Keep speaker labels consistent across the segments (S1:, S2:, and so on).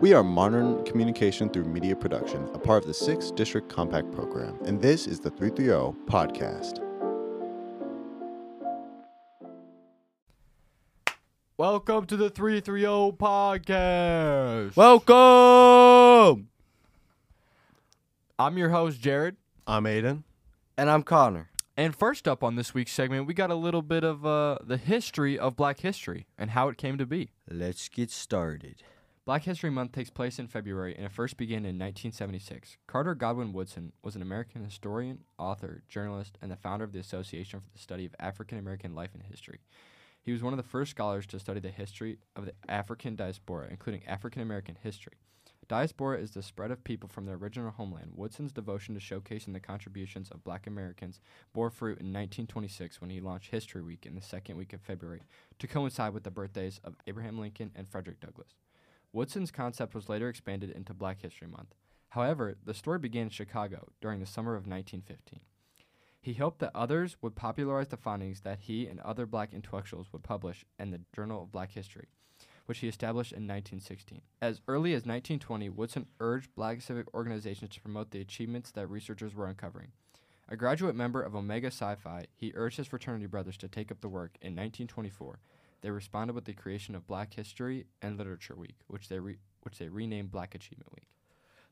S1: We are Modern Communication Through Media Production, a part of the 6th District Compact Program, and this is the 330 Podcast.
S2: Welcome to the 330 podcast.
S3: Welcome.
S2: I'm your host, Jared.
S4: I'm Aiden.
S3: And I'm Connor.
S2: And first up on this week's segment, we got a little bit of uh, the history of black history and how it came to be.
S3: Let's get started.
S2: Black History Month takes place in February and it first began in 1976. Carter Godwin Woodson was an American historian, author, journalist, and the founder of the Association for the Study of African American Life and History. He was one of the first scholars to study the history of the African diaspora, including African American history. Diaspora is the spread of people from their original homeland. Woodson's devotion to showcasing the contributions of black Americans bore fruit in 1926 when he launched History Week in the second week of February to coincide with the birthdays of Abraham Lincoln and Frederick Douglass. Woodson's concept was later expanded into Black History Month. However, the story began in Chicago during the summer of 1915. He hoped that others would popularize the findings that he and other black intellectuals would publish in the Journal of Black History, which he established in 1916. As early as 1920, Woodson urged black civic organizations to promote the achievements that researchers were uncovering. A graduate member of Omega Psi Phi, he urged his fraternity brothers to take up the work in 1924. They responded with the creation of Black History and Literature Week, which they, re- which they renamed Black Achievement Week.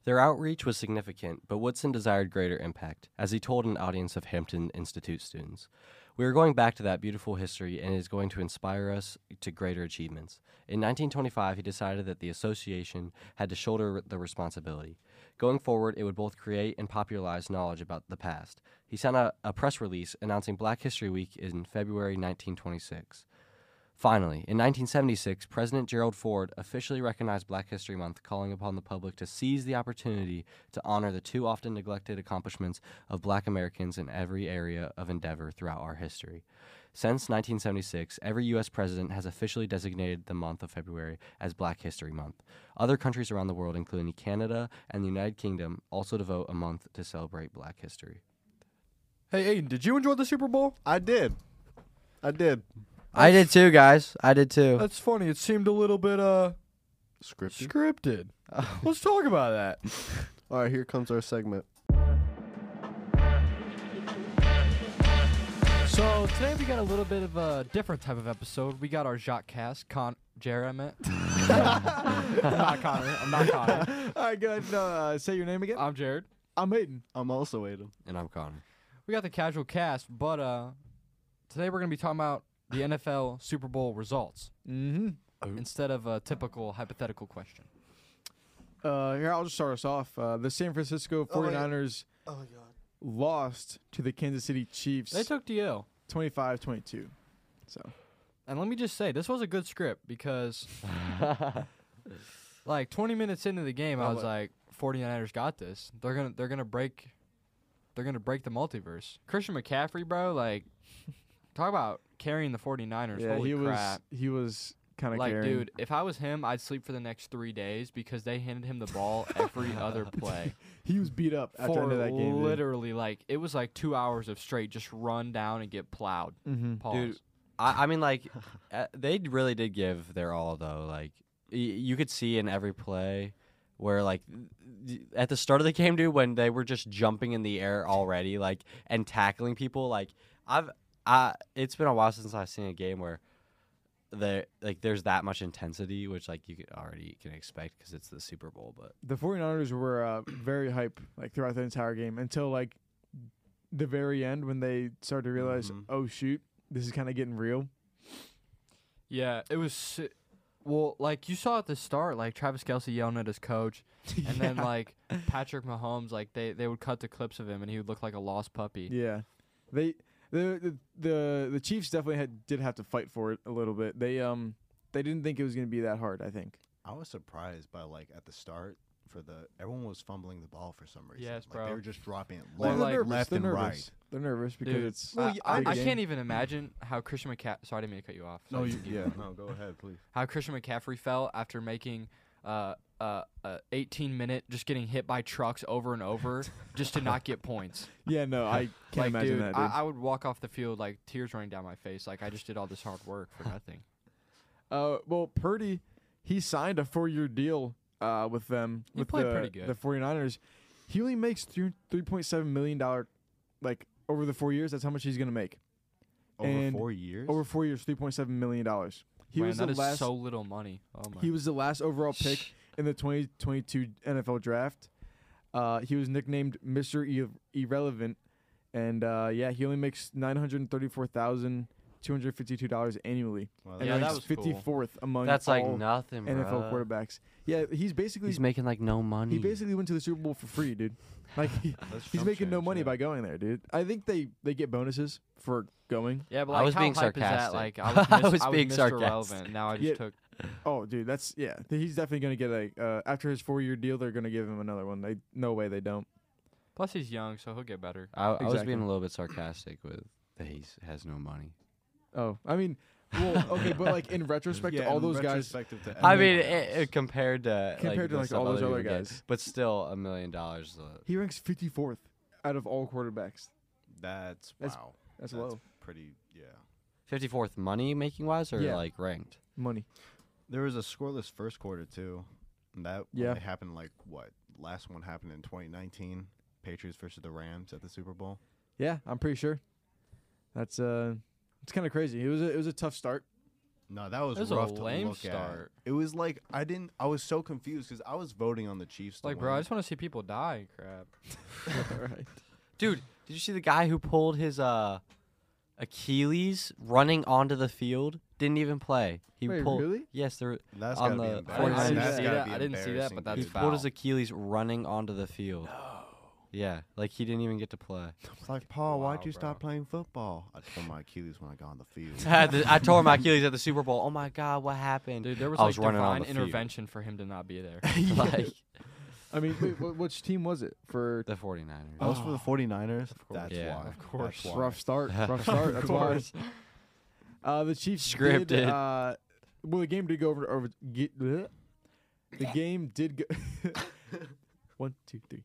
S5: Their outreach was significant, but Woodson desired greater impact, as he told an audience of Hampton Institute students. We are going back to that beautiful history, and it is going to inspire us to greater achievements. In 1925, he decided that the association had to shoulder the responsibility. Going forward, it would both create and popularize knowledge about the past. He sent out a press release announcing Black History Week in February 1926. Finally, in 1976, President Gerald Ford officially recognized Black History Month, calling upon the public to seize the opportunity to honor the too often neglected accomplishments of black Americans in every area of endeavor throughout our history. Since 1976, every U.S. president has officially designated the month of February as Black History Month. Other countries around the world, including Canada and the United Kingdom, also devote a month to celebrate black history.
S2: Hey, Aiden, did you enjoy the Super Bowl?
S4: I did. I did.
S3: I did too, guys. I did too.
S2: That's funny. It seemed a little bit uh
S4: Scripted.
S2: scripted. Let's talk about that.
S4: All right, here comes our segment.
S2: So today we got a little bit of a different type of episode. We got our Jacques cast, Con Jerry, I meant. I'm not Connor. I'm not Connor.
S4: All right, good. Uh, say your name again.
S2: I'm Jared.
S4: I'm Aiden. I'm also Aiden.
S5: And I'm Connor.
S2: We got the casual cast, but uh today we're gonna be talking about the NFL Super Bowl results
S4: Mm-hmm.
S2: instead of a typical hypothetical question.
S6: Uh, here, I'll just start us off. Uh, the San Francisco 49ers lost to the Kansas City Chiefs
S2: They took DL.
S6: 25 22. So,
S2: And let me just say, this was a good script because, like, 20 minutes into the game, I was like, 49ers got this. They're gonna, they're gonna break, they're gonna break the multiverse. Christian McCaffrey, bro, like, talk about carrying the 49ers.
S6: yeah,
S2: Holy
S6: he
S2: crap!
S6: was he was kind of
S2: like,
S6: carrying.
S2: dude, if I was him, I'd sleep for the next three days because they handed him the ball every other play
S6: He was beat up after the
S2: for
S6: end of that game. dude.
S2: literally like it was like two hours of straight just run down and get plowed.
S6: Mhm.
S2: Pause.
S5: Dude, I, I mean, like, uh, they really did give their all, though. Like, y- you could see in every play where, like, th- at the start of the game, dude, when they were just jumping in the air already, like, and tackling people, like, I've, I, it's been a while since I've seen a game where there, like, there's that much intensity, which, like, you could already can expect because it's the Super Bowl, but
S6: The 49ers were uh, very hype like throughout the entire game until like the very end when they started to realize,
S2: Mm-hmm.
S5: Mhm.
S6: oh shoot, this is kind of getting real.
S2: Yeah, it was. si- Well, like you saw at the start, like Travis Kelsey yelling at his coach, and then like Patrick Mahomes, like they, they would cut the clips of him, and he would look like a lost puppy.
S6: Yeah, they the the the, the Chiefs definitely had, did have to fight for it a little bit. They um they didn't think it was going to be that hard. I think.
S4: I was surprised by like at the start for the everyone was fumbling the ball for some reason.
S2: Yes,
S4: like,
S2: bro.
S4: They were just dropping it
S2: Well,
S4: left,
S2: like-
S4: left
S6: They're
S4: and
S6: nervous.
S4: right.
S6: They're nervous because
S2: Dude,
S6: it's
S4: Well,
S2: I-
S4: y-
S2: I,
S6: big
S2: I
S6: game.
S2: can't e-, even imagine how Christian McCaffrey. Sorry, I didn't mean to cut you off.
S4: No,
S2: Sorry,
S4: you,
S2: keep
S4: yeah,
S2: going.
S4: no, go ahead, please.
S2: How Christian McCaffrey fell after making uh uh, uh 18 minute just getting hit by trucks over and over just to not get points.
S6: Yeah, no, I can't
S2: like,
S6: imagine
S2: dude,
S6: that.
S2: I, I would walk off the field like tears running down my face. Like I just did all this hard work for nothing.
S6: uh, well, Purdy, he signed a four-year deal uh, with them
S2: He
S6: with
S2: played
S6: the,
S2: pretty good.
S6: the 49ers. He only makes three three point seven million dollar like over the four years. That's how much he's gonna make
S4: Over
S6: And
S4: four years.
S6: over four years. Three point seven million dollars. He
S2: Man,
S6: was
S2: that
S6: the
S2: is
S6: last.
S2: so little money. Oh my.
S6: he was the last overall pick in the 2022 NFL draft. Uh, he was nicknamed Mr. Ir- Irrelevant, and uh, yeah, he only makes nine hundred thirty-four thousand two hundred fifty-two dollars annually,
S4: Wow,
S6: and
S2: Yeah, that
S6: ranks
S2: was cool.
S6: fifty-fourth among
S5: That's like
S6: all
S5: nothing,
S6: NFL
S5: bruh.
S6: quarterbacks. Yeah, he's basically
S5: He's making like no money.
S6: he basically went to the Super Bowl for free, dude. Like he,
S4: That's
S6: he's
S4: chump
S6: making no
S4: change,
S6: money
S4: yeah.
S6: by going there, dude. I think they they get bonuses for going.
S2: yeah, but
S5: I
S2: like,
S5: was
S2: how
S5: being
S2: hype
S5: sarcastic.
S2: Is that? Like, I was, mis-
S5: I was
S2: I was
S5: being
S2: Mr.
S5: sarcastic.
S2: Relevant. Now I just
S6: Yeah.
S2: took.
S6: Oh, dude, that's yeah. th- He's definitely gonna get like uh, after his four-year deal, they're gonna give him another one. They no way they don't.
S2: Plus, he's young, so he'll get better.
S5: I, I was
S6: Exactly.
S5: being a little bit sarcastic with that he has no money.
S6: Oh, I mean, well, okay, but like in retrospect, to
S4: Yeah,
S6: all
S4: in
S6: those guys
S4: retrospective to
S5: I mean,
S4: everyone
S5: it,
S4: else.
S5: it compared to
S6: compared to
S5: the
S6: like
S5: stuff
S6: all those
S5: people
S6: other
S5: get,
S6: guys,
S5: but still a million dollars. uh, is a-
S6: he ranks 54th out of all quarterbacks.
S4: That's
S6: That's-
S4: wow.
S6: That's,
S4: That's
S6: low
S4: pretty. Yeah.
S5: 54th money making wise or
S6: Yeah.
S5: like ranked?
S6: money.
S4: There was a scoreless first quarter too. And that
S6: Yeah.
S4: only happened like what? Last one happened in 2019. Patriots versus the Rams at the Super Bowl.
S6: Yeah, I'm pretty sure. That's uh, it's kind of crazy. It was a, it was a tough start.
S4: No, that was,
S2: That was a
S4: rough to
S2: lame
S4: look at.
S2: start.
S4: It was like I didn't. I was so confused because I was voting on the Chiefs. To
S2: Like,
S4: win.
S2: bro, I just want to see people die. Crap.
S6: right.
S5: Dude, did you see the guy who pulled his uh Achilles running onto the field? Didn't even play. He
S6: Wait,
S5: pulled.
S6: really?
S5: Yes, there.
S4: That's
S5: on
S4: gotta be
S5: the
S4: embarrassing.
S5: 49ers.
S4: That's
S5: I didn't
S2: see
S4: gotta
S2: that-
S4: be
S2: I didn't see that,
S4: embarrassing,
S2: but
S5: He
S2: that's
S4: dude.
S5: pulled his
S2: foul.
S5: Achilles running onto the field. Yeah, like he didn't even get to play.
S4: It's like Paul,
S2: Wow,
S4: why'd you
S2: bro.
S4: stop playing football? I tore my Achilles when I got on the
S5: I,
S4: field.
S5: had the- I tore my Achilles at the Super Bowl. Oh my God, what happened?
S2: Dude, there was
S5: I
S2: like
S5: was running on
S2: divine
S5: the field.
S2: intervention for him to not be there.
S5: like
S6: I mean, wait, wh- which team was it for
S5: the 49ers.
S4: That
S6: Oh,
S4: was for the 49ers. That's
S5: Yeah.
S4: why.
S5: Of
S4: That's
S2: oh. course.
S4: why.
S6: rough start? Rough start. That's why. Uh, the Chiefs Did,
S5: Scripted.
S6: uh, well, the game did go over. over get, bleh. the game did go. One, two, three.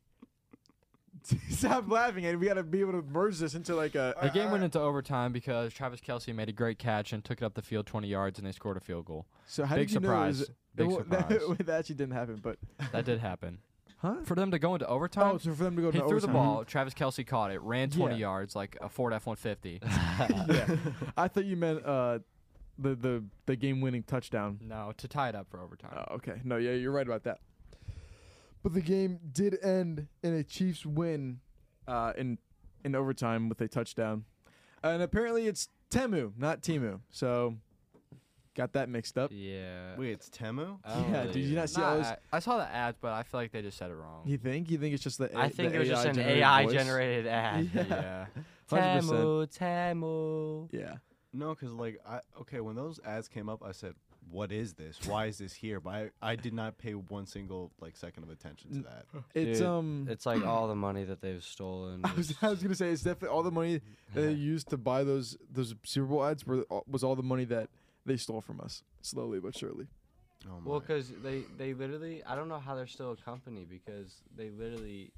S6: Stop laughing, and we gotta be able to merge this into like a.
S2: The game went into overtime because Travis Kelsey made a great catch and took it up the field 20 yards, and they scored a field goal.
S6: So how
S2: Big
S6: did you know it was-
S2: surprise. Big
S6: it wa- that-
S2: surprise.
S6: That, actually didn't happen, but
S2: That did happen.
S6: huh?
S2: For them to go into overtime,
S6: Oh, so for them to go
S2: he
S6: to
S2: threw the
S6: overtime.
S2: ball. Travis Kelsey caught it, ran 20
S6: Yeah.
S2: yards like a Ford F-150.
S6: yeah, I thought you meant uh, the the the game winning touchdown.
S2: no, to tie it up for overtime.
S6: Oh, okay. No, yeah, you're right about that. But the game did end in a Chiefs win uh, in in overtime with a touchdown. And apparently it's Temu, not Timu. So got that mixed up.
S2: Yeah.
S4: Wait, it's Temu.
S5: I don't
S6: yeah,
S5: really
S6: did you
S5: know.
S6: not see all those?
S2: I, I saw the ads, but I feel like they just said it wrong.
S6: You think? You think it's just the
S4: uh,
S6: A-
S5: I think
S6: the
S5: it was just an
S6: AI-generated
S5: AI
S6: voice?
S5: generated ad.
S6: Yeah.
S2: yeah.
S6: 100%.
S5: Tamu, Tamu.
S6: Yeah.
S4: No, because like I okay, when those ads came up, I said, "What is this? Why is this here?" But I, I did not pay one single like second of attention to that.
S6: It's
S5: Dude,
S6: um
S5: It's like all the money that they've stolen.
S6: I was,
S5: is-
S6: I was gonna say it's definitely all the money that they used to buy those those Super Bowl ads were was all the money that they stole from us slowly but surely.
S4: Oh my!
S5: Well, because they they literally, I don't know how they're still a company because they literally.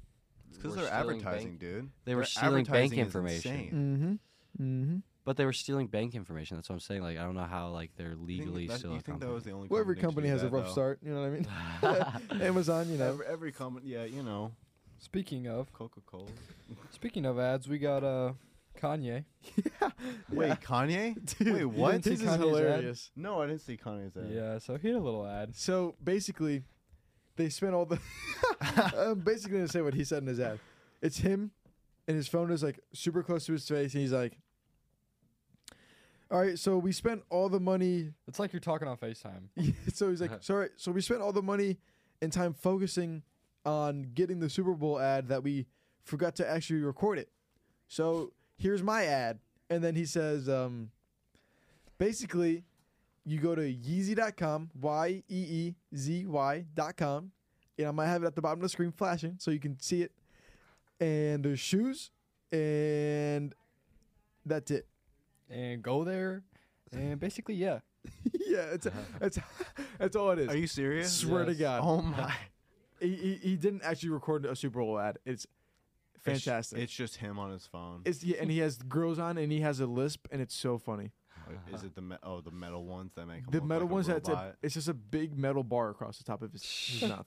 S4: it's because
S5: were
S4: they're
S5: stealing
S4: advertising,
S5: bank-
S4: dude.
S5: They were
S4: Their
S5: stealing bank
S4: advertising is
S5: information,
S4: insane.
S6: Mm-hmm. Mm-hmm.
S5: but they were stealing bank information. That's what I'm saying. Like I don't know how like they're legally
S4: you think, that-
S5: still
S4: you
S5: a
S4: think
S5: company.
S4: that was the only?
S6: Well, every
S4: company to
S6: company
S4: do
S6: has a
S4: that,
S6: rough
S4: though?
S6: start. You know what I mean? Amazon, you know.
S4: Every, every company, yeah, you know,
S2: Speaking of,
S4: Coca Cola.
S2: speaking of ads, we got uh, Kanye.
S4: Wait, Kanye? Wait, what?
S2: see
S6: This is
S2: Kanye's ad?
S6: hilarious.
S4: No, I didn't see Kanye's ad.
S2: Yeah, so he had a little ad.
S6: So basically, they spent all the. I'm basically gonna say what he said in his ad. It's him, and his phone is like super close to his face, and he's like, "All right, so we spent all the money."
S2: It's like you're talking on FaceTime.
S6: so he's like, "Sorry, so we spent all the money and time focusing on getting the Super Bowl ad that we forgot to actually record it. So here's my ad." And then he says, um, basically, you go to Yeezy.com, Y E E Z Y.com, and I might have it at the bottom of the screen flashing so you can see it. And there's shoes, and that's it.
S2: And go there, and basically, yeah.
S6: yeah, it's, it's, that's all it is.
S4: Are you serious?
S6: Swear to
S2: Yes.
S6: God.
S4: Oh my!
S6: He, he, he didn't actually record a Super Bowl ad. It's fantastic.
S4: It's, just him on his phone.
S6: It's- yeah, and he has grills on and he has a lisp and it's so funny.
S4: Like, is it the me- oh the metal ones that make him
S6: The
S4: look
S6: metal
S4: like a
S6: ones that's a,
S4: robot?
S6: it's just a big metal bar across the top of his, his mouth.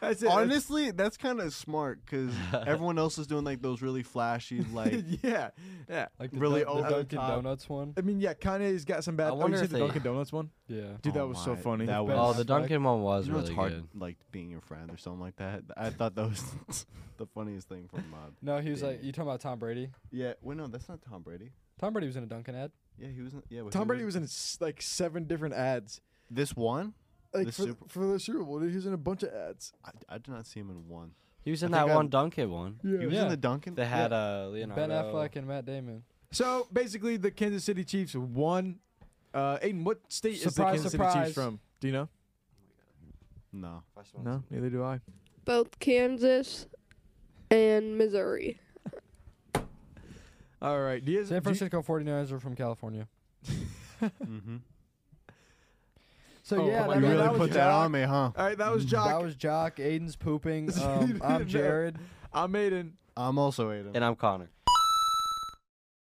S6: That's it.
S4: Honestly, that's kind of smart because everyone else is doing like those really flashy, like
S6: yeah, yeah.
S2: Like
S4: the really Dun- the over the Dunkin'
S2: Dunkin'
S4: top.
S2: Donuts one.
S6: I mean, yeah, Kanye's got some bad.
S5: I
S6: oh, you
S5: wonder
S6: said
S5: if
S6: the
S5: they-
S6: Dunkin' Donuts one,
S2: Yeah.
S4: Oh
S6: dude. that was so
S4: my,
S6: funny.
S4: that
S6: The
S4: was-
S5: Oh,
S6: best.
S5: the Dunkin' one was
S4: you know,
S5: really
S4: it's hard
S5: good.
S4: like being your friend or something like that. I thought that was the funniest thing from Mob.
S2: No, he was like,
S4: Dang.
S2: you talking about Tom Brady?
S4: Yeah, wait, no, that's not Tom Brady.
S2: Tom Brady was in a Dunkin' ad.
S4: Yeah, he was. in- Yeah, but he
S6: Tom Brady was in s- like seven different ads.
S4: this one.
S6: Like
S4: The
S6: for,
S4: Super-
S6: for the Super Bowl, dude, he was in a bunch of ads.
S4: I, I did not see him in one.
S5: He was in
S4: I
S5: that
S4: think
S5: one Dunkin' one.
S4: He was
S2: Yeah.
S4: in the Duncan.
S5: They had uh, Leonardo.
S2: Ben Affleck and Matt Damon.
S6: So basically, the Kansas City Chiefs won. Uh, Aiden, what state is the
S2: Surprise,
S6: Kansas City
S2: surprise.
S6: Chiefs from? Do you know?
S4: no.
S6: No, neither do I.
S7: both Kansas and Missouri.
S6: All right, do you guys-
S2: San
S6: do you-
S2: Francisco 49ers are from California.
S4: mm-hmm.
S2: So
S6: Oh, yeah,
S2: yeah,
S6: come on,
S2: that,
S4: you
S6: you mean,
S4: really
S6: that was
S4: put that
S6: Jock.
S4: on me, huh?
S6: All right, that was Jock.
S2: Mm, was Jock. Aiden's pooping. Um,
S6: No.
S2: I'm Jared.
S6: I'm Aiden.
S4: I'm also Aiden.
S5: And I'm Connor.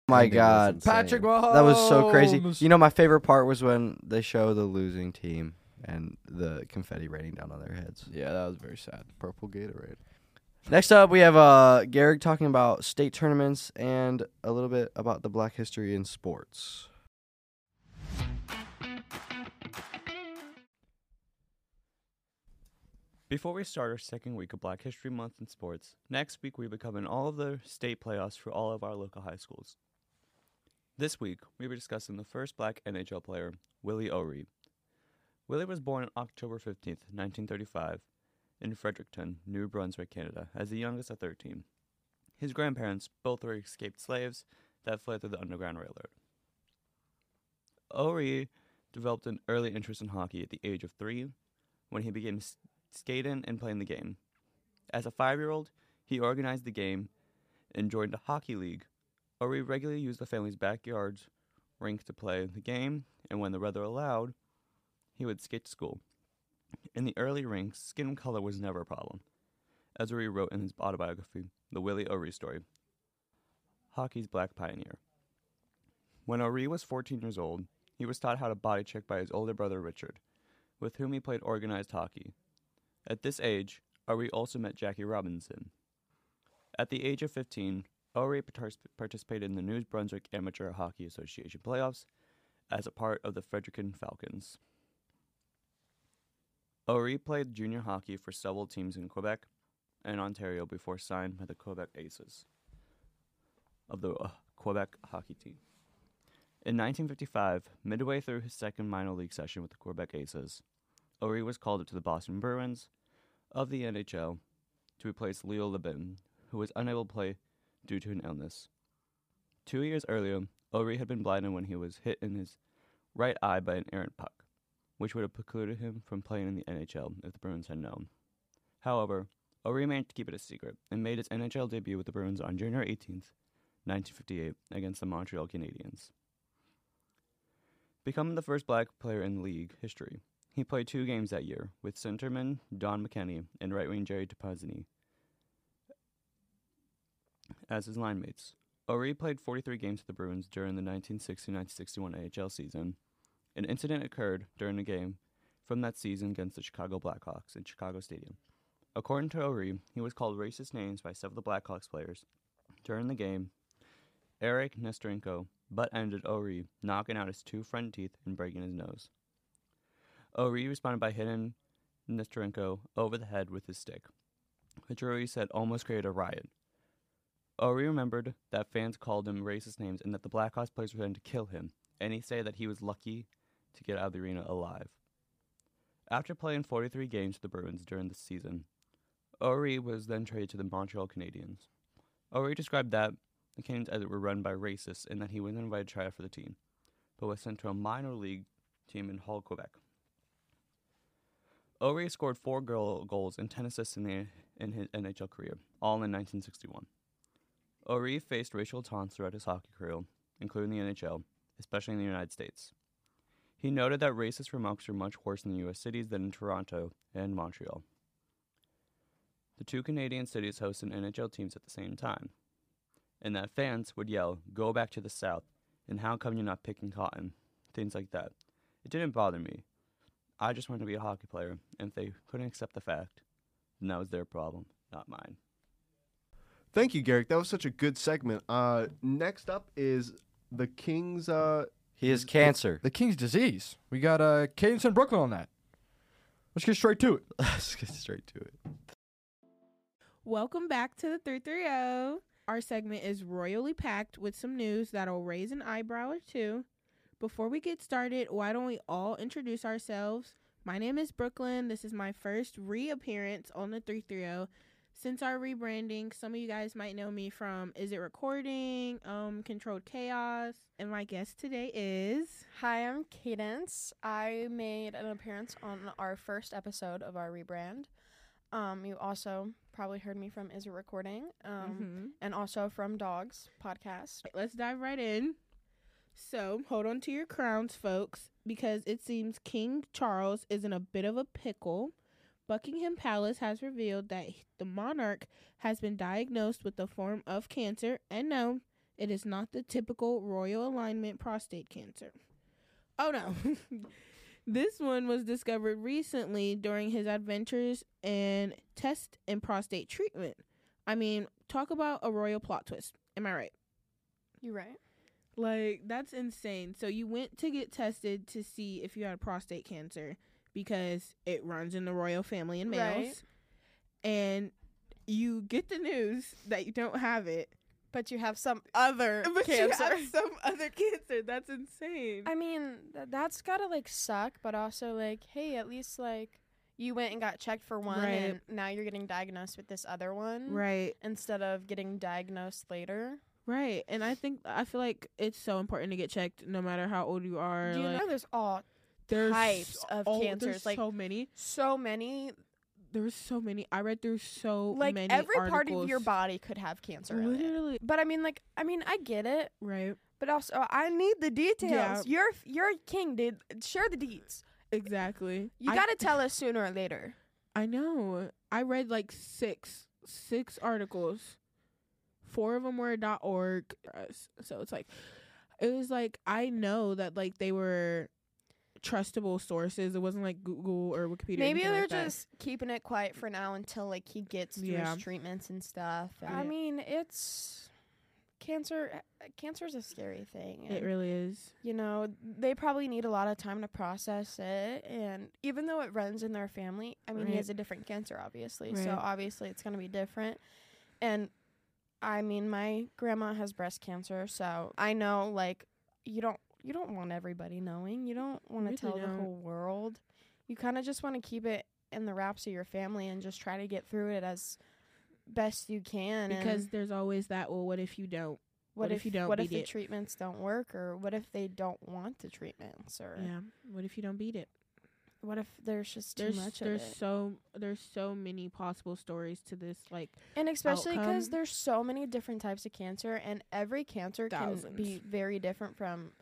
S3: my
S5: Andy was
S3: God.
S5: insane.
S2: Patrick Mahomes.
S3: That was so crazy. You know, my favorite part was when they show the losing team and the confetti raining down on their heads.
S2: yeah, that was very sad.
S1: Purple Gatorade.
S3: Next up, we have uh, Garrick talking about state tournaments and a little bit about the black history in sports.
S8: Before we start our second week of Black History Month in sports, next week we will be covering all of the state playoffs for all of our local high schools. This week, we were discussing the first black NHL player, Willie O'Ree. Willie was born on October 15th, 1935, in Fredericton, New Brunswick, Canada, as the youngest of 13. His grandparents both were escaped slaves that fled through the Underground Railroad. O'Ree developed an early interest in hockey at the age of three when he became s- skating and playing the game. As a five year old, he organized the game and joined a hockey league, where we regularly used the family's backyards rink to play the game, and when the weather allowed, he would skate to school. In the early rinks, skin color was never a problem, as O'Ree wrote in his autobiography, The Willie O'Ree Story Hockey's Black Pioneer. When O'Ree was 14 years old, he was taught how to body check by his older brother Richard, with whom he played organized hockey. At this age, Ori also met Jackie Robinson. At the age of 15, Ori partic- participated in the New Brunswick Amateur Hockey Association playoffs as a part of the Fredericton Falcons. Ori played junior hockey for several teams in Quebec and Ontario before signed by the Quebec Aces of the uh, Quebec hockey team. In 1955, midway through his second minor league session with the Quebec Aces, Ori was called up to the Boston Bruins of the NHL to replace Leo Lebin, who was unable to play due to an illness. Two years earlier, Ori had been blinded when he was hit in his right eye by an errant puck, which would have precluded him from playing in the NHL if the Bruins had known. However, Ori managed to keep it a secret and made his NHL debut with the Bruins on January 18th, 1958, against the Montreal Canadiens. Becoming the first black player in league history, he played two games that year with centerman Don McKenney and right wing Jerry DePazzini as his line mates. O'Ree played 43 games for the Bruins during the 1960-1961 AHL season. An incident occurred during a game from that season against the Chicago Blackhawks in Chicago Stadium. According to O'Ree, he was called racist names by several Blackhawks players during the game. Eric Nestorenko butt ended O'Ree, knocking out his two front teeth and breaking his nose. O'Ree Oh, responded by hitting Nestorenko over the head with his stick, which O'Ree said almost created a riot. O'Ree remembered that fans called him racist names and that the Blackhawks players were trying to kill him, and he said that he was lucky to get out of the arena alive. After playing 43 games for the Bruins during the season, O'Ree was then traded to the Montreal Canadiens. O'Ree described that the Canadiens as it were run by racists and that he was invited to try out for the team, but was sent to a minor league team in Hull, Quebec. O'Ree scored four goal goals and 10 assists in, the, in his NHL career, all in 1961. O'Ree faced racial taunts throughout his hockey career, including the NHL, especially in the United States. He noted that racist remarks were much worse in the U.S. cities than in Toronto and Montreal. The two Canadian cities hosted NHL teams at the same time, and that fans would yell, Go back to the South, and how come you're not picking cotton? Things like that. It didn't bother me. I just wanted to be a hockey player, and if they couldn't accept the fact, then that was their problem, not mine.
S4: Thank you, Garrick. That was such a good segment. Uh, next up is the Kings. Uh,
S5: He has cancer.
S2: The King's disease. We got uh, Cadence and Brooklyn on that. Let's get straight to it.
S5: Let's get straight to it.
S9: Welcome back to the 330. Our segment is royally packed with some news that'll raise an eyebrow or two. Before we get started, why don't we all introduce ourselves? My name is Brooklyn. This is my first reappearance on the 330. Since our rebranding, some of you guys might know me from Is It Recording? Um, Controlled Chaos. And my guest today is
S10: Hi, I'm Cadence. I made an appearance on our first episode of our rebrand. Um, you also probably heard me from Is It Recording, um,
S9: Mhm.
S10: and also from Dogs podcast.
S9: Let's dive right in. So hold on to your crowns, folks, because it seems King Charles is in a bit of a pickle. Buckingham Palace has revealed that h- the monarch has been diagnosed with a form of cancer, and no, it is not the typical royal alignment prostate cancer. Oh no. this one was discovered recently during his adventures in test and prostate treatment. I mean, talk about a royal plot twist. Am I right?
S10: You right?
S9: Like that's insane. So you went to get tested to see if you had prostate cancer because it runs in the royal family and males.
S10: Right.
S9: And you get the news that you don't have it,
S10: But you have some other
S9: but
S10: cancer.
S9: you have some other cancer. That's insane.
S10: I mean, th- that's gotta like suck, but also like, hey, at least like you went and got checked for one,
S9: Right.
S10: and now you're getting diagnosed with this other one
S9: right,
S10: instead of getting diagnosed later.
S9: right. And I think I feel like it's so important to get checked, no matter how old you are.
S10: Do you
S9: like,
S10: know there's all
S9: there's
S10: types
S9: so-
S10: of
S9: oh,
S10: cancers,
S9: There's
S10: like-
S9: so many.
S10: so many
S9: There's so many. I read through so
S10: like
S9: many.
S10: every part of your
S9: articles.
S10: body could have cancer in it.
S9: Literally,
S10: But I mean, like, I mean, I get it,
S9: right?
S10: but also I need the details.
S9: Yeah.
S10: You're you're king, dude. Share the deets.
S9: Exactly.
S10: You
S9: I-
S10: gotta tell us sooner or later.
S9: I know. I read like six six articles. Four of them were dot org, uh, s- so it's like it was like I know that like they were trustable sources. It wasn't like Google or Wikipedia. or
S10: Maybe
S9: anything
S10: they're
S9: like that.
S10: just keeping it quiet for now until like he gets through
S9: Yeah.
S10: his treatments and stuff.
S9: Yeah.
S10: I mean, it's cancer. Cancer's a scary thing.
S9: It
S10: and,
S9: really is.
S10: you know, they probably need a lot of time to process it, and even though it runs in their family, I mean,
S9: Right.
S10: he has a different cancer, obviously. So
S9: Right.
S10: obviously, it's gonna be different, and I mean, my grandma has breast cancer, so I know like you don't you don't want everybody knowing. You don't want to
S9: Really
S10: tell
S9: don't.
S10: the whole world. You kind of just want to keep it in the wraps of your family and just try to get through it as best you can.
S9: Because
S10: and
S9: there's always that. Well, what if you don't? what if you don't
S10: what
S9: beat
S10: if the
S9: it?
S10: treatments don't work, or what if they don't want the treatments, or
S9: Yeah. What if you don't beat it?
S10: what if there's just
S9: There's
S10: too much
S9: there's
S10: of it?
S9: so there's so many possible stories to this. Like
S10: And especially because
S9: outcome.
S10: there's so many different types of cancer, and every cancer can be
S9: Thousands.
S10: very different from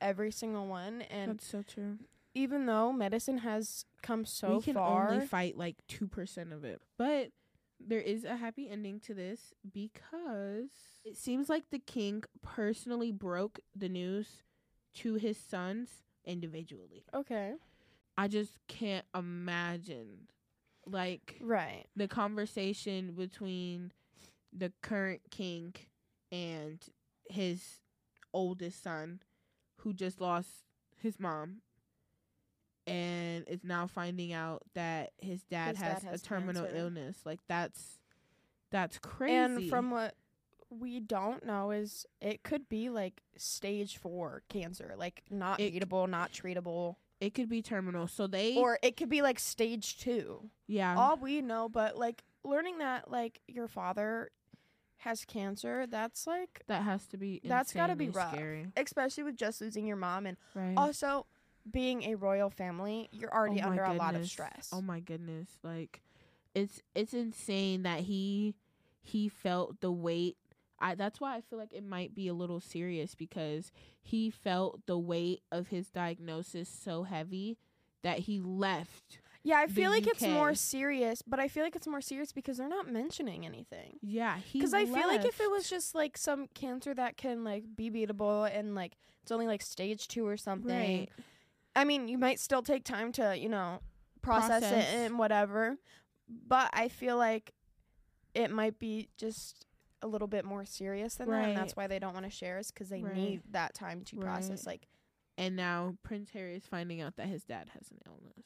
S10: every single one. And
S9: that's so true.
S10: even though medicine has come so
S9: we can
S10: far,
S9: only fight like 2% of it. But there is a happy ending to this because it seems like the king personally broke the news to his sons individually.
S10: okay,
S9: I just can't imagine like
S10: right?
S9: the conversation between the current king and his oldest son who just lost his mom and is now finding out that his dad,
S10: His
S9: has,
S10: dad has
S9: a terminal
S10: cancer.
S9: illness like that's that's crazy
S10: And from what we don't know is it could be like stage four cancer, like not
S9: It c-
S10: beatable, not treatable,
S9: it could be terminal so they
S10: or it could be like stage two.
S9: yeah
S10: All we know, but like learning that like your father has cancer, that's like
S9: that has to be
S10: that's got to be
S9: insanely
S10: rough,
S9: scary
S10: especially with just losing your mom and
S9: right
S10: also being a royal family. You're already
S9: Oh my
S10: under a lot of
S9: goodness.
S10: stress.
S9: Oh my goodness. Like it's it's insane that he he felt the weight. I that's why I feel like it might be a little serious because he felt the weight of his diagnosis so heavy that he left.
S10: yeah, I
S9: the
S10: feel like it's more
S9: UK.
S10: serious, but I feel like it's more serious because they're not mentioning anything.
S9: Yeah, he
S10: Because I feel like if it was just like some cancer that can like be beatable and like it's only like stage two or something,
S9: right,
S10: I mean, you might still take time to you know process,
S9: Process.
S10: it and whatever. but I feel like it might be just a little bit more serious than that, and that's
S9: Right.
S10: why they don't want to share is because they
S9: Right.
S10: need that time to process.
S9: Right.
S10: Like,
S9: And now Prince Harry is finding out that his dad has an illness.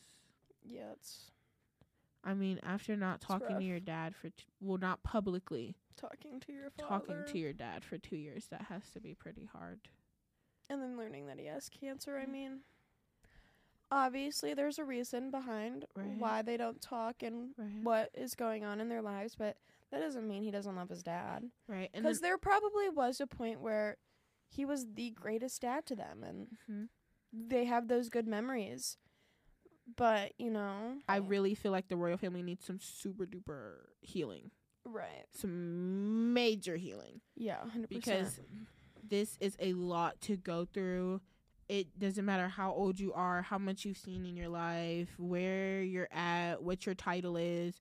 S10: yeah, it's
S9: I mean, after not talking
S10: rough.
S9: to your dad for t- well, not publicly
S10: talking to your father,
S9: talking to your dad for two years, that has to be pretty hard.
S10: and then learning that he has cancer.
S9: Mm.
S10: I mean, obviously there's a reason behind
S9: Right.
S10: why they don't talk and
S9: Right.
S10: what is going on in their lives, but that doesn't mean he doesn't love his dad.
S9: Right. And then,
S10: Because there probably was a point where he was the greatest dad to them, and
S9: Mhm.
S10: they have those good memories. But you know,
S9: I really feel like the royal family needs some super duper healing,
S10: right?
S9: some major healing.
S10: Yeah, hundred
S9: because this is a lot to go through. It doesn't matter how old you are, how much you've seen in your life, where you're at, what your title is.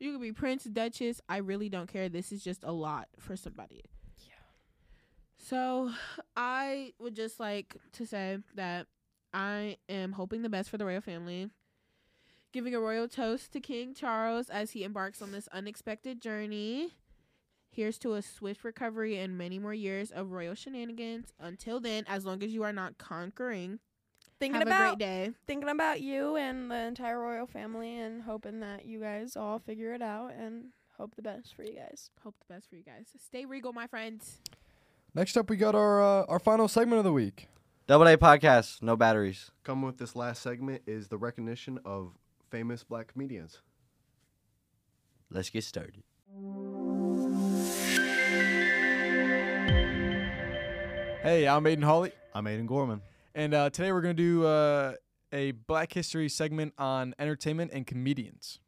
S9: You could be prince, duchess. I really don't care. This is just a lot for somebody.
S10: Yeah.
S9: So, I would just like to say that I am hoping the best for the royal family. Giving a royal toast to King Charles as he embarks on this unexpected journey. Here's to a swift recovery and many more years of royal shenanigans. Until then, as long as you are not conquering,
S10: thinking
S9: have a great
S10: about
S9: day.
S10: thinking about you and the entire royal family, and hoping that you guys all figure it out, and hope the best for you guys.
S9: Hope the best for you guys. Stay regal, my friends.
S2: Next up, we got our uh, our final segment of the week.
S3: Double A podcast, no batteries.
S4: Coming with this last segment is the recognition of famous black comedians.
S3: Let's get started.
S6: Hey, I'm Aiden Hawley,
S4: I'm Aiden Gorman.
S6: and uh, today we're gonna do uh, a Black History segment on entertainment and comedians.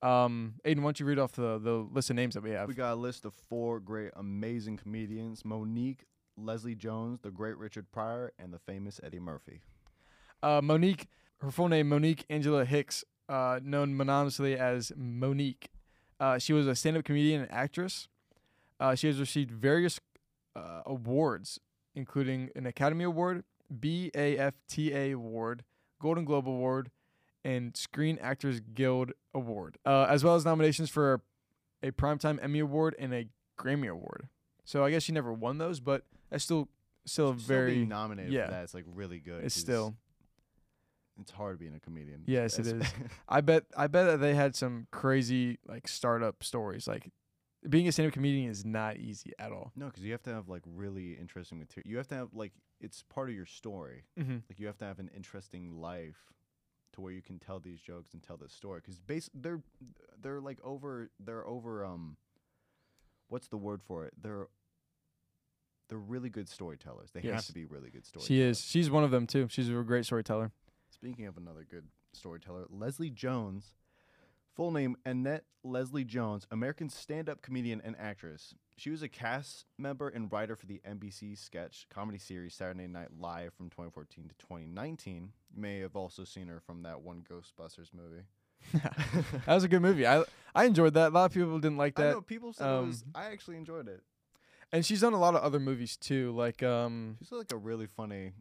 S6: Um, Aiden, why don't you read off the, the list of names that we have?
S4: We got a list of four great, amazing comedians Monique, Leslie Jones, the great Richard Pryor, and the famous Eddie Murphy.
S6: uh, Monique, her full name Monique Angela Hicks, uh, known mononymously as Monique. Uh, she was a stand-up comedian and actress. Uh, she has received various uh, awards, including an Academy Award, BAFTA Award, Golden Globe Award, and Screen Actors Guild Award, uh, as well as nominations for a Primetime Emmy Award and a Grammy Award. So I guess she never won those, but that's still still a
S4: Still
S6: very
S4: being nominated
S6: yeah.
S4: for that. It's like really good.
S6: it's
S4: 'cause
S6: still
S4: It's hard being a comedian.
S6: Yes, it
S4: It's-
S6: I bet I bet that they had some crazy like startup stories. Like being a stand-up comedian is not easy at all.
S4: no, because you have to have like really interesting material. You have to have like, it's part of your story.
S6: Mm-hmm.
S4: Like, you have to have an interesting life. To where you can tell these jokes and tell this story, because base they're they're like over they're over um what's the word for it they're they're really good storytellers they have
S6: Yes.
S4: to be really good storytellers
S6: She is. She's one of them too. She's a great storyteller.
S4: Speaking of another good storyteller, Leslie Jones, full name Annette Leslie Jones, American stand up comedian and actress. She was a cast member and writer for the NBC sketch comedy series Saturday Night Live from 2014 to 2019. You may have also seen her from that one Ghostbusters movie.
S6: That was a good movie. I I enjoyed that. A lot of people didn't like
S4: I
S6: that.
S4: know people said it was.
S6: um,
S4: I actually enjoyed it.
S6: And she's done a lot of other movies too. Like um,
S4: She's like a really funny,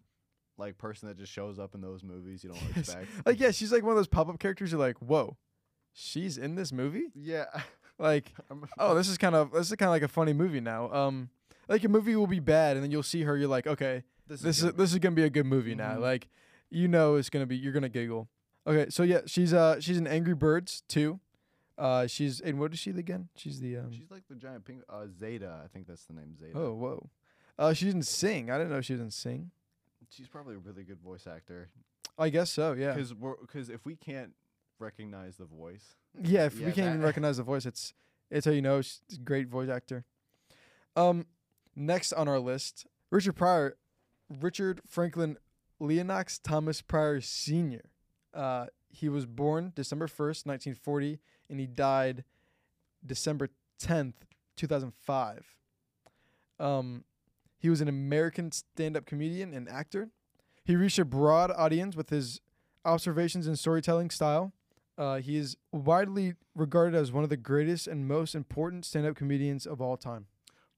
S4: like person that just shows up in those movies you don't expect.
S6: like yeah, she's like one of those pop-up characters. You're like, whoa, she's in this movie.
S4: yeah. I
S6: Like
S4: remember-
S6: oh, this is kind of this is kind of like a funny movie now. Um, like a movie will be bad, and then you'll see her. You're like, okay, this is
S4: good.
S6: this is gonna be a good movie now.
S4: Mhm.
S6: Like, you know, it's gonna be you're gonna giggle. Okay, so yeah, she's uh she's in Angry Birds too. Uh, she's and what is she again? She's the um.
S4: She's like the giant pink uh, Zeta. I think that's the name Zeta.
S6: oh whoa, uh, she didn't sing. I didn't know she didn't sing.
S4: She's probably a really good voice actor.
S6: I guess so. Yeah.
S4: Because we're because if we can't recognize the voice,
S6: Yeah. If
S4: yeah,
S6: we can't even
S4: that-
S6: recognize the voice, it's it's how you know she's a great voice actor. Um, next on our list, Richard Pryor, Richard Franklin Leonox Thomas Pryor Sr. Uh, he was born December 1st, 1940, and he died December 10th, 2005. Um, he was an American stand up comedian and actor. He reached a broad audience with his observations and storytelling style. Uh, he is widely regarded as one of the greatest and most important stand up comedians of all time.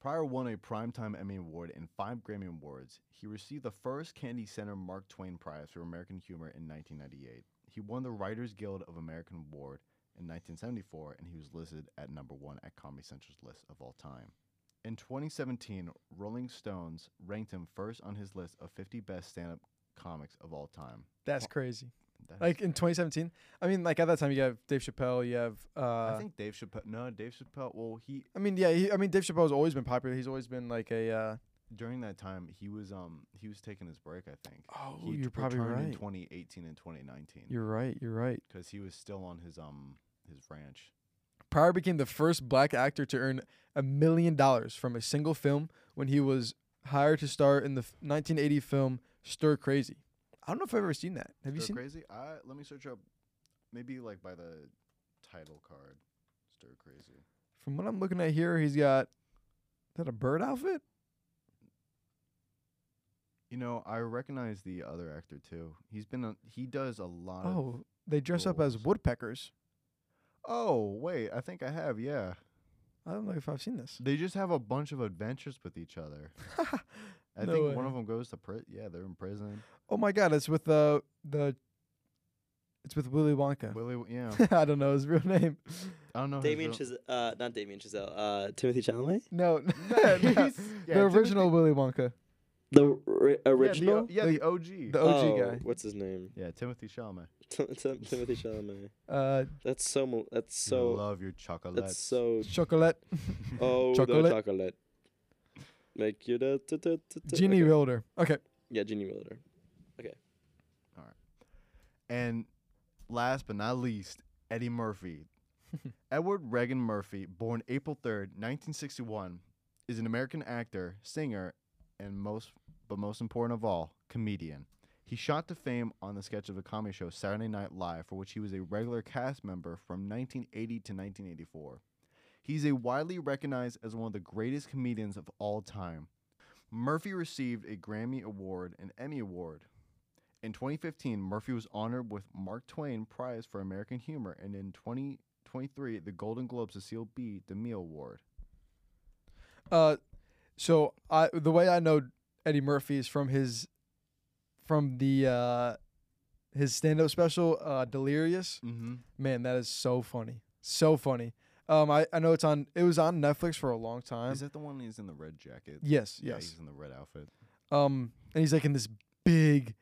S4: Pryor won a Primetime Emmy Award and five Grammy Awards. He received the first Candy Center Mark Twain Prize for American Humor in 1998. He won the Writers Guild of American Award in 1974, and he was listed at number one at Comedy Central's list of all time. In 2017, Rolling Stones ranked him first on his list of 50 best stand-up comics of all time.
S6: That's crazy.
S4: That
S6: Like
S4: is-
S6: in 2017. I mean, like at that time, you have Dave Chappelle. You have. Uh,
S4: I
S6: I,
S4: think Dave Chappelle. No, Dave Chappelle. Well, he
S6: mean, yeah. He, I mean, Dave Chappelle's always been popular. He's always been like a. Uh,
S4: during that time he was um he was taking his break. I think.
S6: oh,
S4: he
S6: you're
S4: t-
S6: probably
S4: returned in
S6: right.
S4: 2018 and 2019.
S6: You're right. You're right.
S4: because he was still on his um his ranch.
S6: Pryor became the first black actor to earn a million dollars from a single film when he was hired to star in the f- 1980 film Stir Crazy. I don't know if I've ever seen that. Have you
S4: Stir
S6: seen?
S4: crazy? I let me search up maybe like by the title card. Stir crazy.
S6: From what I'm looking at here, he's got is that a bird outfit.
S4: You know, I recognize the other actor too. He's been on, he does a lot of
S6: Oh, they dress up as
S4: Wolves.
S6: woodpeckers.
S4: Oh, wait, I think I have. Yeah.
S6: I don't know if I've seen this.
S4: They just have a bunch of adventures with each other. I
S6: No
S4: think
S6: way.
S4: one of them goes to prison. Yeah, they're in prison.
S6: Oh my god, it's with uh, the it's with Willy Wonka.
S4: Willy, w- yeah.
S6: I don't know his real name.
S4: I don't know. his
S2: Damien
S4: real-
S2: Chazelle, uh, not Damien Chazelle, uh, Timothy Chalamet,
S6: No,
S4: Yeah,
S6: no.
S4: he's- yeah,
S6: the
S4: Timothy-
S6: original Willy Wonka,
S2: the ri original.
S4: Yeah, the, O- yeah, the OG.
S6: the OG
S2: oh,
S6: guy.
S2: What's his name?
S4: yeah, Timothy Chalamet.
S2: Tim- Tim- Timothy Chalamet.
S6: Uh,
S2: That's so. mo- That's
S4: You
S2: so.
S4: love your chocolate.
S2: That's so.
S6: chocolate.
S2: Oh,
S6: Chocolate.
S2: the chocolate. Make you da da da da. da-
S6: Genie
S2: okay.
S6: Wilder. Okay.
S2: Yeah, Genie Wilder.
S4: And last but not least, Eddie Murphy. Edward Regan Murphy, born April 3rd, 1961, is an American actor, singer, and most but most important of all, comedian. He shot to fame on the sketch of the comedy show Saturday Night Live, for which he was a regular cast member from 1980 to 1984. He's a widely recognized as one of the greatest comedians of all time. Murphy received a Grammy Award and Emmy Award. In 2015, Murphy was honored with Mark Twain Prize for American Humor, and in 2023, the Golden Globe Cecil B. DeMille Award.
S6: Uh, so I the way I know Eddie Murphy is from his from the uh his stand up special uh Delirious.
S4: Mm-hmm.
S6: Man, that is so funny. So funny. Um I I know it's on it was on Netflix for a long time.
S4: Is that the one he's in the red jacket?
S6: Um, yes,
S4: Yeah,
S6: yes.
S4: he's in the red outfit.
S6: Um and he's like in this big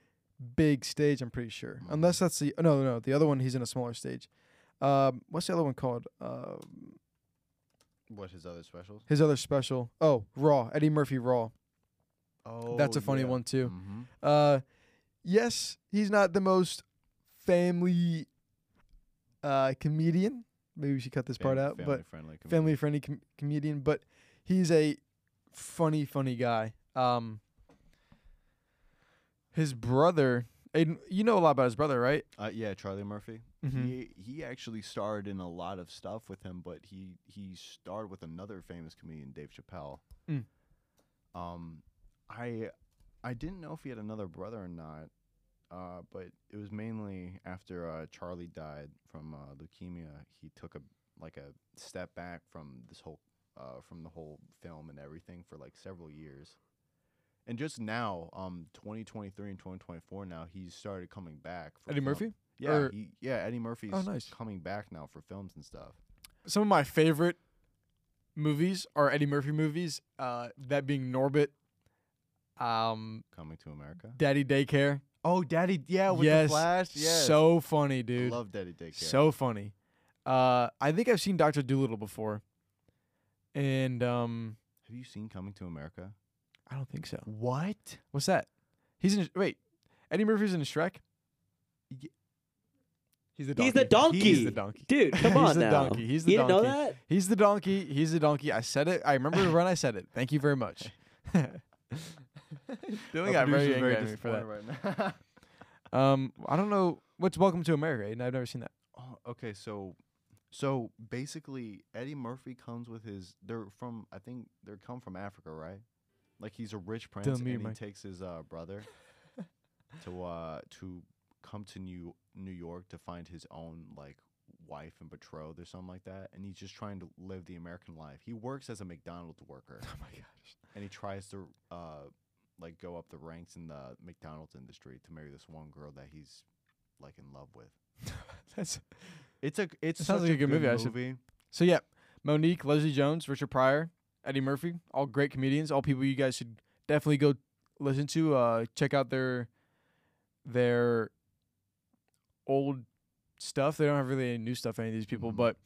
S6: big stage, I'm pretty sure.
S4: Mm-hmm.
S6: Unless that's the no, no, the other one he's in a smaller stage. Um what's the other one called? Um
S4: What his other specials?
S6: his other special. Oh, Raw. Eddie Murphy Raw.
S4: Oh,
S6: that's a funny one too.
S4: Mm-hmm.
S6: Uh, yes, he's not the most family uh, comedian. Maybe we should cut this part out, but
S4: friendly.
S6: family friendly com- comedian. But he's a funny, funny guy. Um, his brother, Aiden, you know a lot about his brother, right?
S4: Uh, yeah, Charlie Murphy.
S6: Mhm.
S4: He he actually starred in a lot of stuff with him, but he he starred with another famous comedian, Dave Chappelle.
S6: Mm.
S4: Um, I I didn't know if he had another brother or not, uh, but it was mainly after uh, Charlie died from uh, leukemia. He took a like a step back from this whole uh, from the whole film and everything for like several years. And just now, um, 2023 and 2024, now he's started coming back. For
S6: Eddie
S4: film-
S6: Murphy.
S4: yeah,
S6: Or-
S4: he, yeah. Eddie Murphy's
S6: nice.
S4: coming back now for films and stuff.
S6: Some of my favorite movies are Eddie Murphy movies. Uh, that being Norbit, um,
S4: Coming to America.
S6: Daddy Daycare.
S4: Oh, Daddy, yeah, with
S6: yes,
S4: the Flash, yes.
S6: so funny, dude.
S4: love Daddy Daycare.
S6: So funny. Uh, I think I've seen Doctor Doolittle before, and um,
S4: have you seen Coming to America?
S6: I don't think so.
S4: What?
S6: What's that? He's in. Wait, Eddie Murphy's in Shrek.
S4: Ye-
S6: He's the donkey.
S2: He's the
S6: He's
S2: donkey.
S6: the donkey.
S2: Dude, come
S6: He's
S2: on
S6: the
S2: now.
S6: donkey. He's the
S2: you didn't
S6: donkey.
S2: know that?
S6: He's the donkey. He's the donkey. I said it. I remember when I said it. Thank you very much. Doing
S4: Our
S6: got very
S4: producer's
S6: angry at me for
S4: disappointed Right
S6: that.
S4: now.
S6: Um, I don't know what's Welcome to America. Aiden? I've never seen that.
S4: Oh, okay, so so basically Eddie Murphy comes with his they're from I think they are come from Africa, right? Like he's a rich prince
S6: me,
S4: and he
S6: Mike.
S4: takes his uh, brother to uh to come to New New York to find his own like wife and betrothed or something like that and he's just trying to live the American life. He works as a McDonald's worker
S6: Oh my gosh.
S4: and he tries to uh like go up the ranks in the McDonald's industry to marry this one girl that he's like in love with.
S6: That's
S11: It's a it's
S6: It sounds
S11: such
S6: like a good movie. I should-
S11: movie.
S6: So yeah, Monique, Leslie Jones, Richard Pryor, Eddie Murphy, all great comedians, all people you guys should definitely go listen to. Uh, check out their their old stuff. They don't have really any new stuff. Any of these people, but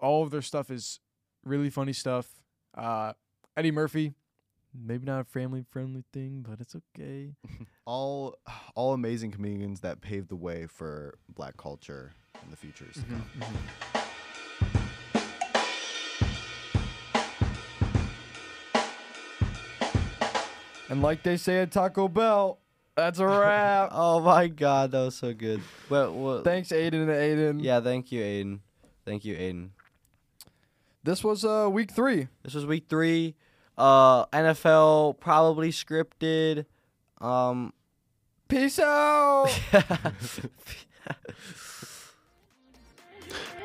S6: all of their stuff is really funny stuff. Uh, Eddie Murphy, maybe not a family friendly thing, but it's okay.
S11: all all amazing comedians that paved the way for black culture in the future. is to
S6: Mm-hmm.
S11: come.
S2: And like they say at Taco Bell, that's a wrap. oh my God, that was so good. Well, Thanks, Aiden and Aiden.
S5: Yeah, thank you, Aiden. Thank you, Aiden.
S2: This was uh week three.
S5: This was week three.
S2: Uh, NFL probably scripted. Um, peace out.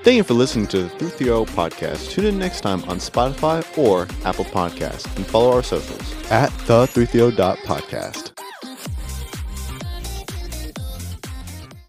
S4: Thank you for listening to the Through Theo podcast. Tune in next time on Spotify or Apple Podcasts and follow our socials at the oh Podcast.